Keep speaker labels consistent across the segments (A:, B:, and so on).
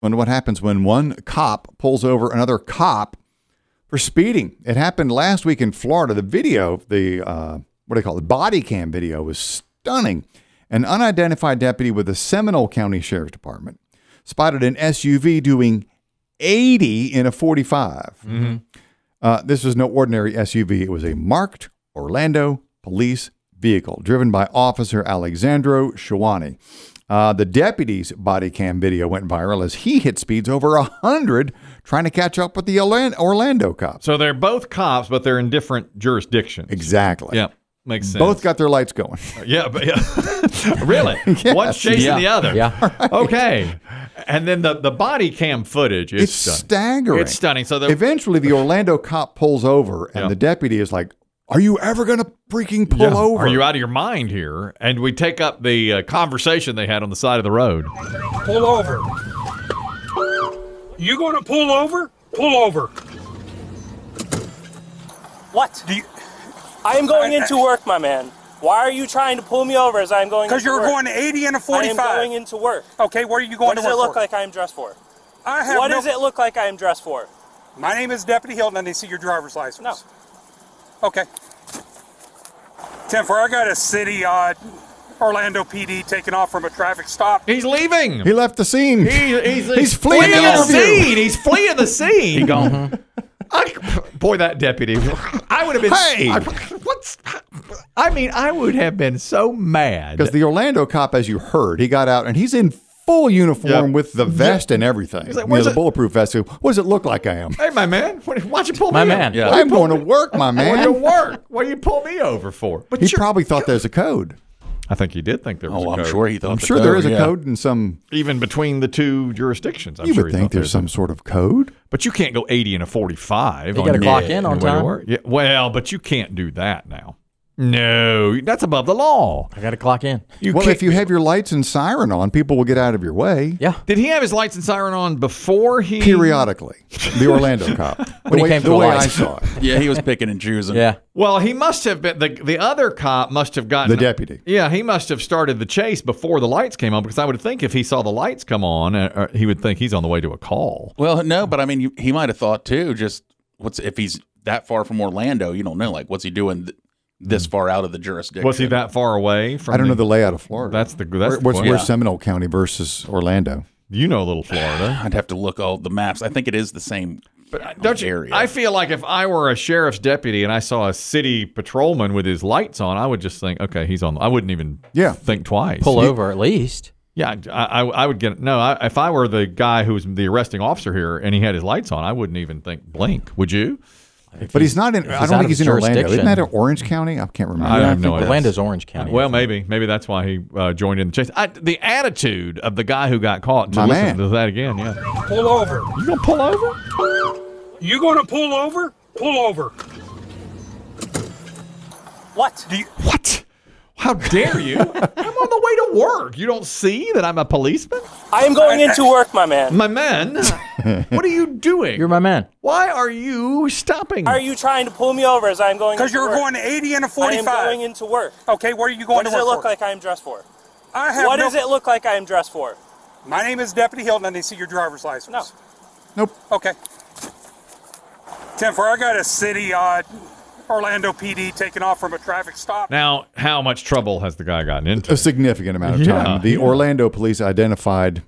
A: when what happens when one cop pulls over another cop for speeding. It happened last week in Florida. The video, the uh, what do they call it, body cam video, was stunning. An unidentified deputy with the Seminole County Sheriff's Department spotted an SUV doing 80 in a 45. Uh, this was no ordinary SUV. It was a marked Orlando police vehicle driven by Officer Alexandro Shawani. Uh, the deputy's body cam video went viral as he hit speeds over 100 trying to catch up with the Orlan- Orlando cops.
B: So they're both cops, but they're in different jurisdictions.
A: Exactly.
B: Yeah, makes sense.
A: Both got their lights going.
B: Yeah, but yeah. really, one's chasing
C: Yeah,
B: the other.
C: yeah.
B: Okay, and then the the body cam footage is
A: It's
B: stunning.
A: staggering.
B: It's stunning. So the
A: Eventually, the Orlando cop pulls over, and
B: Yeah.
A: the deputy is like, Are you ever going to freaking pull
B: Yeah.
A: over?
B: Are you out of your mind here? And we take up the uh, conversation they had on the side of the road.
D: Pull over. You gonna pull over? Pull over.
E: What?
D: Do you,
E: I am going into work, my man. Why are you trying to pull me over as I'm going?
D: Because
E: into
D: you're
E: work?
D: going 80 and a
E: I
D: 45.
E: am going into work.
D: okay, where are you going
E: What
D: to
E: does it
D: work
E: look
D: for?
E: like I am dressed for?
D: I have
E: What
D: no,
E: does it look like I am dressed for?
D: My name is Deputy Hilton, and they see your driver's license.
E: No.
D: Okay. Ten four. I got a city uh, Orlando PD taking off from a traffic stop.
B: He's leaving.
A: He left the scene.
B: He- he's,
A: He's fleeing the
B: the
A: interview.
B: scene. He's fleeing the scene. He gone. boy, that deputy. I would have been.
A: Hey!
B: I, what's? I mean, I would have been so mad.
A: Because the Orlando cop, as you heard, he got out and he's in full uniform
B: Yep.
A: with the vest and everything.
B: like,
A: you know,
B: "Where's
A: the
B: it-
A: bulletproof vest. What does it look like I am?
B: Hey, my man, what- why'd you pull
C: My
B: me?
C: man.
B: Over?
C: Yeah.
B: Why'd
A: I'm
B: you pull
A: going to
B: me-
A: work, my
B: Why'd you
A: man.
B: work? Why'd you pull me over for? But
A: He
B: you're-
A: probably thought there's a code.
B: I think he did think there was.
C: Oh,
B: a
C: I'm
B: code.
C: sure he thought.
A: I'm
C: that
A: sure
C: they
A: there
C: were,
A: is a
C: yeah.
A: code in some.
B: Even between the two jurisdictions, I'm
A: you
B: sure
A: would
B: he
A: think
B: thought there
A: there's
B: was
A: some sort of code.
B: But you can't go 80 and a 45.
C: You
B: on
C: gotta
B: your-
C: clock in on
B: your way to
C: time.
B: work. Yeah, well, but you can't do that now. No, that's above the law.
C: I got to clock in.
B: You
A: well,
B: can't-
A: if you have your lights and siren on, people will get out of your way.
C: Yeah.
B: did he have his lights and siren on before he
A: Periodically, the Orlando cop. The
C: When he
A: way,
C: came to
A: the
C: a
A: way
C: light.
A: I saw it,
F: Yeah, he was picking and choosing.
C: Yeah.
B: Well, he must have been the the other cop must have gotten
A: the deputy.
B: Yeah, he must have started the chase before the lights came on because I would think if he saw the lights come on, uh, uh, he would think he's on the way to a call.
F: Well, no, but I mean, you, he might have thought too. Just what's if he's that far from Orlando? You don't know. Like, what's he doing th- this far out of the jurisdiction?
B: Was he that far away from?
A: I don't know the layout of Florida.
B: That's the that's
A: where,
B: the
A: where's,
B: point.
A: where's Seminole County versus Orlando.
B: you know little Florida.
F: I'd have to look all the maps. I think it is the same. But uh,
B: Don't you?
F: area.
B: I feel like if I were a sheriff's deputy and I saw a city patrolman with his lights on, I would just think, okay, he's on. I wouldn't even
A: Yeah.
B: think twice.
C: Pull over at least.
B: Yeah, I, I, I would get no. I, if I were the guy who was the arresting officer here and he had his lights on, I wouldn't even think blink. Would you?
A: But he's not in. I
C: he's
A: don't
C: out
A: think
C: of
A: he's in Orlando.
C: jurisdiction-
A: Isn't that in Orange County? I can't remember.
B: I have
C: think
B: no idea.
C: Orlando's Orange County.
B: Well, maybe maybe that's why he uh, joined in the chase. I, the attitude of the guy who got caught. To
A: My
B: listen
A: man.
B: to that again. Yeah,
D: Pull over.
B: you gonna pull over?
D: You gonna pull over? Pull over.
E: What?
D: Do you,
B: What? How dare you? I'm on the way to work. You don't see that I'm a policeman,
E: I am going into work, my man.
B: my man. what are you doing?
C: You're my man.
B: why are you stopping?
E: Why are you trying to pull me over as I'm going?
D: Because
E: into
D: you're
E: work?
D: going 80 and a
E: I am
D: 45.
E: going into work.
D: okay, where are you going
E: What
D: to
E: does it
D: work
E: look
D: for?
E: like I am dressed for?
D: I have
E: What
D: no,
E: does it look like I am dressed for?
D: My name is Deputy Hilton, and they see your driver's license.
E: No.
A: Nope.
D: Okay. Ten four. I got a city uh, Orlando PD taking off from a traffic stop.
B: now, how much trouble has the guy gotten into?
A: a significant amount of
B: Yeah,
A: time. The Orlando police identified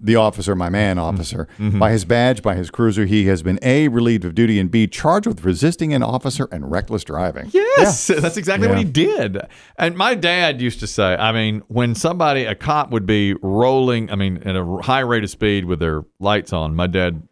A: the officer, my
B: Mm-hmm.
A: man officer, by his badge, by his cruiser. He has been A, relieved of duty, and B, charged with resisting an officer and reckless driving.
B: Yes, that's exactly what
A: Yeah.
B: he did. And my dad used to say, I mean, when somebody, a cop would be rolling, I mean, at a high rate of speed with their lights on, my dad,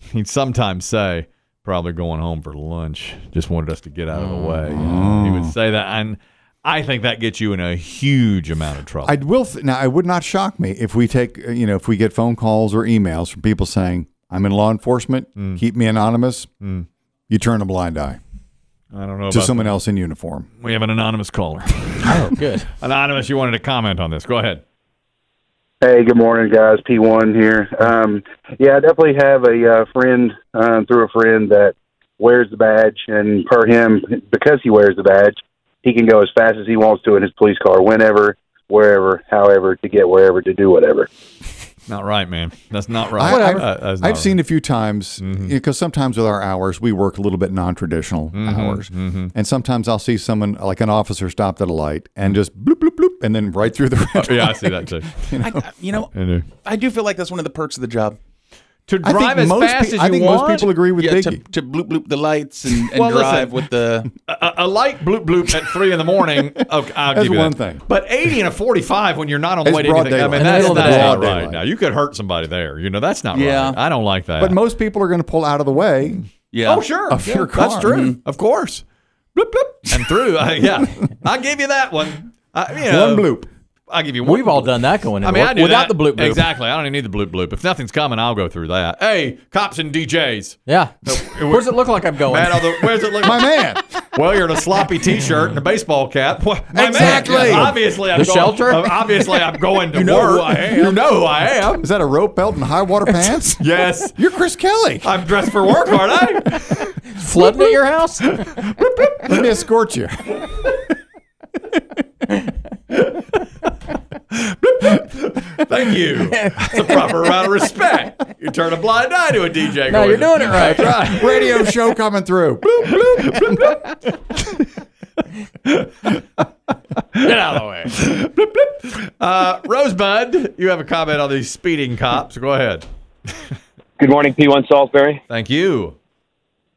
B: he'd sometimes say, probably going home for lunch, just wanted us to get out of
A: Mm.
B: the way. you know. He would say that. And I think that gets you in a huge amount of trouble.
A: I will th- now. It would not shock me if we take, uh, you know, if we get phone calls or emails from people saying, "I'm in law enforcement.
B: Mm.
A: Keep me anonymous." You turn a blind eye
B: I don't
A: to
B: know Mm. about
A: someone else in uniform.
B: We have an anonymous caller.
C: Oh, good.
B: anonymous, you wanted to comment on this. Go ahead.
G: Hey, good morning, guys. P1 here. Um, yeah, I definitely have a uh, friend uh, through a friend that wears the badge, and per him, because he wears the badge, he can go as fast as he wants to in his police car, whenever, wherever, however, to get wherever, to do whatever.
B: Not right, man. That's not right.
A: I, have
B: Uh, that's not Mm-hmm. right.
A: seen a few times because sometimes with our hours we work a little bit non-traditional
B: Mm-hmm.
A: hours, and sometimes I'll see someone like an officer stopped at a light and just bloop bloop bloop, and then right through the red.
B: Oh, Yeah, I
A: light.
B: see that too.
F: I, you know,
B: I do.
F: I do feel like that's one of the perks of the job.
B: To
A: I
B: drive
A: think
B: as
A: most
B: fast
A: pe-
B: as you
A: I think
B: want.
A: most people agree with
F: Yeah, to,
A: Biggie.
F: to bloop bloop the lights and, and
B: Well, listen.
F: drive with the.
B: a, a light bloop bloop at three in the morning. Okay, I'll
A: That's
B: give you
A: one
B: that.
A: thing.
B: But eighty and a forty-five when you're not on the
A: It's
B: way to
A: broad
B: anything. I
A: daylight.
B: mean,
A: In the
B: that's,
A: middle of the
B: that's
A: day.
B: not
A: Broad
B: right.
A: daylight.
B: Now you could hurt somebody there. You know that's not
F: Yeah.
B: right. I don't like that.
A: But most people are going to pull out of the way.
F: Yeah.
B: oh sure,
A: Of your
B: that's
A: car. Mm-hmm.
B: true. Of course, bloop bloop and through. I, yeah, I'll give you that one. I, you know,
A: One bloop.
B: I'll give you one.
C: We've all done that going in.
B: I mean, I do
C: without
B: that.
C: the bloop bloop.
B: Exactly. I don't even need the bloop bloop. If nothing's coming, I'll go through that. Hey, cops and DJs.
C: Yeah.
B: it
C: Where's it look like I'm going?
B: Man, although, where's it look?
A: My man.
B: Well, you're in a sloppy T-shirt and a baseball cap. Well, my man,
A: Exactly.
B: obviously, I'm
C: The
B: going, uh,
C: shelter?
B: Obviously, I'm going to work. You know who I am.
A: Is that a rope belt and high water pants?
B: Yes,
A: You're Chris Kelly.
B: I'm dressed for work, aren't I?
C: Flooding at your house?
A: Let me escort you.
B: Thank you. It's a proper amount of respect. You turn a blind eye to a DJ.
C: No,
B: going
C: you're
B: to-
C: doing it right.
A: Radio show coming through.
B: Get out of the way. Bloop, bloop. Uh, Rosebud, you have a comment on these speeding cops. Go ahead.
H: Good morning, P1 Salisbury.
B: Thank you.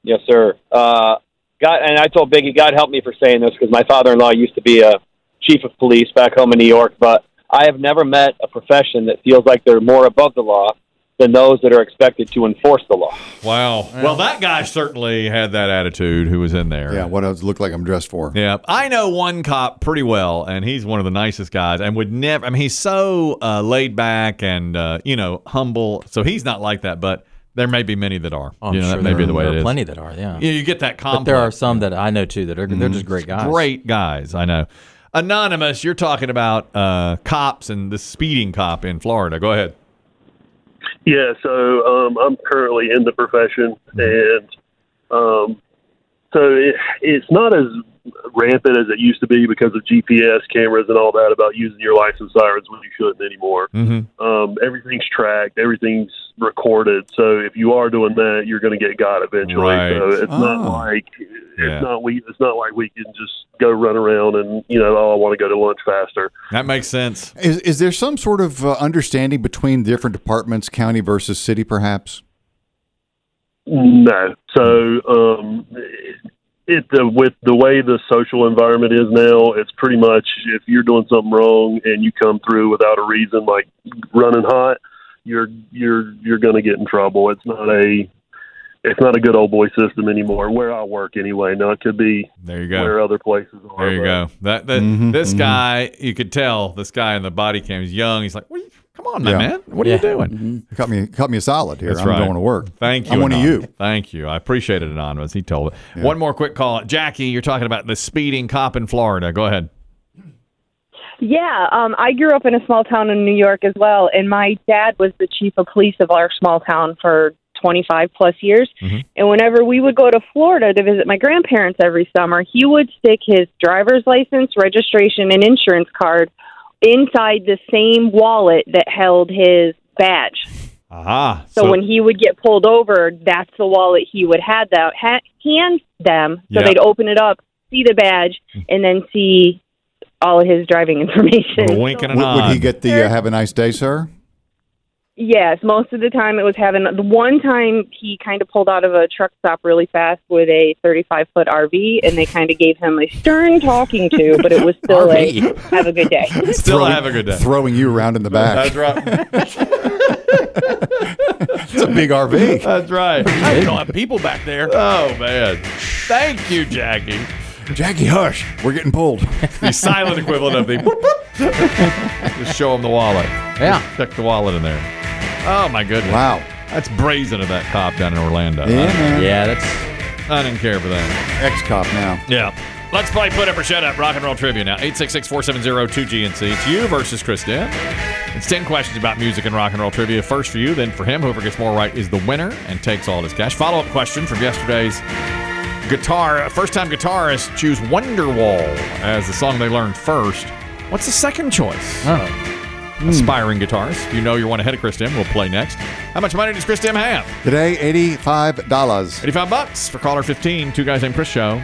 H: Yes, sir. Uh, God, and I told Biggie, God help me for saying this because my father-in-law used to be a chief of police back home in New York, but I have never met a profession that feels like they're more above the law than those that are expected to enforce the law.
B: Wow. Well, that guy certainly had that attitude. Who was in there?
A: Yeah, what I look like I'm dressed for.
B: Yeah, I know one cop pretty well, and he's one of the nicest guys, and would never. I mean, he's so uh, laid back and uh, you know humble, so he's not like that. But there may be many that are.
C: Oh, I'm
B: you know,
C: sure
B: that may
C: there,
B: be the
C: are-
B: way
C: there
B: it
C: are
B: is.
C: plenty that are, yeah.
B: You, you get that complex.
C: But there are some that I know too that are they're just great guys.
B: great guys. I know. Anonymous, you're talking about uh, cops and the speeding cop in Florida. Go ahead.
I: Yeah, so um, I'm currently in the profession, and um, so it, it's not as rampant as it used to be because of GPS cameras and all that about using your license sirens when you shouldn't anymore.
B: Mm-hmm.
I: Um, everything's tracked, everything's recorded. So if you are doing that, you're going to get got eventually.
B: Right.
I: So it's
A: Oh.
I: not like it's
B: Yeah.
I: not we it's not like we can just go run around and you know oh I want to go to lunch faster.
B: That makes sense.
A: Is, is there some sort of uh, understanding between different departments, county versus city, perhaps?
I: No. So um, it the, with the way the social environment is now, it's pretty much if you're doing something wrong and you come through without a reason, like running hot, you're you're you're going to get in trouble. It's not a it's not a good old boy system anymore. Where I work, anyway. Now it could be
B: There you go.
I: where uh, other places are.
B: There you
I: but-
B: go. That, that
C: Mm-hmm,
B: this guy, you could tell this guy in the body cam is young. He's like, what are you, come on, my
A: Yeah.
B: man, what are
C: Yeah.
B: you doing?
A: Cut me, cut me a solid here.
B: That's
A: I'm
B: right.
A: going to work.
B: Thank you.
A: I'm one of
B: Anonymous.
A: you.
B: Thank you. I appreciate it, Anonymous. He told it. One more quick call. Jackie, you're talking about the speeding cop in Florida. Go ahead.
J: Yeah, um, I grew up in a small town in New York as well, and my dad was the chief of police of our small town for 25 plus years.
B: Mm-hmm.
J: And whenever we would go to Florida to visit my grandparents every summer, he would stick his driver's license, registration, and insurance card inside the same wallet that held his badge.
B: Aha.
J: So, when he would get pulled over, that's the wallet he would had that ha- hand them. So
B: Yeah. Mm.
J: they'd open it up, see the badge, and then see all of his driving information.
B: We're winking
J: So-
B: and
A: Would, would he
B: on.
A: get the uh, "Have a nice day, sir"?
J: Yes, most of the time it was having. The one time he kind of pulled out of a truck stop really fast with a 35 foot RV, and they kind of gave him a stern talking to, but it was still a
C: RV.
J: have a good day.
B: Still have a good day.
A: Throwing you around in the back.
B: That's right.
A: It's a big RV.
B: That's right.
F: I don't have people back there.
B: Oh, man. Thank you, Jackie.
A: Jackie, hush. We're getting pulled.
B: The silent equivalent of the boop, boop. Just show him the wallet.
C: Yeah.
B: Just check the wallet in there. Oh, my goodness.
A: Wow.
B: That's brazen of that cop down in Orlando.
A: Yeah, man.
C: Yeah, that's
B: I, I didn't care for that.
A: Ex-cop now.
B: Yeah. Let's play Put Up or Shut Up Rock and Roll Trivia now. 866 470 2GNC. It's you versus Chris Dent. It's 10 questions about music and rock and roll trivia. First for you, then for him. Whoever gets more right is the winner and takes all his cash. Follow up question from yesterday's guitar. First time guitarists choose Wonderwall as the song they learned first. What's the second choice? aspiring guitarist. If you know you want to head of Chris Dim, we'll play next. How much money does Chris Dim have?
A: Today, $85.
B: 85 bucks for caller 15, two guys named Chris show.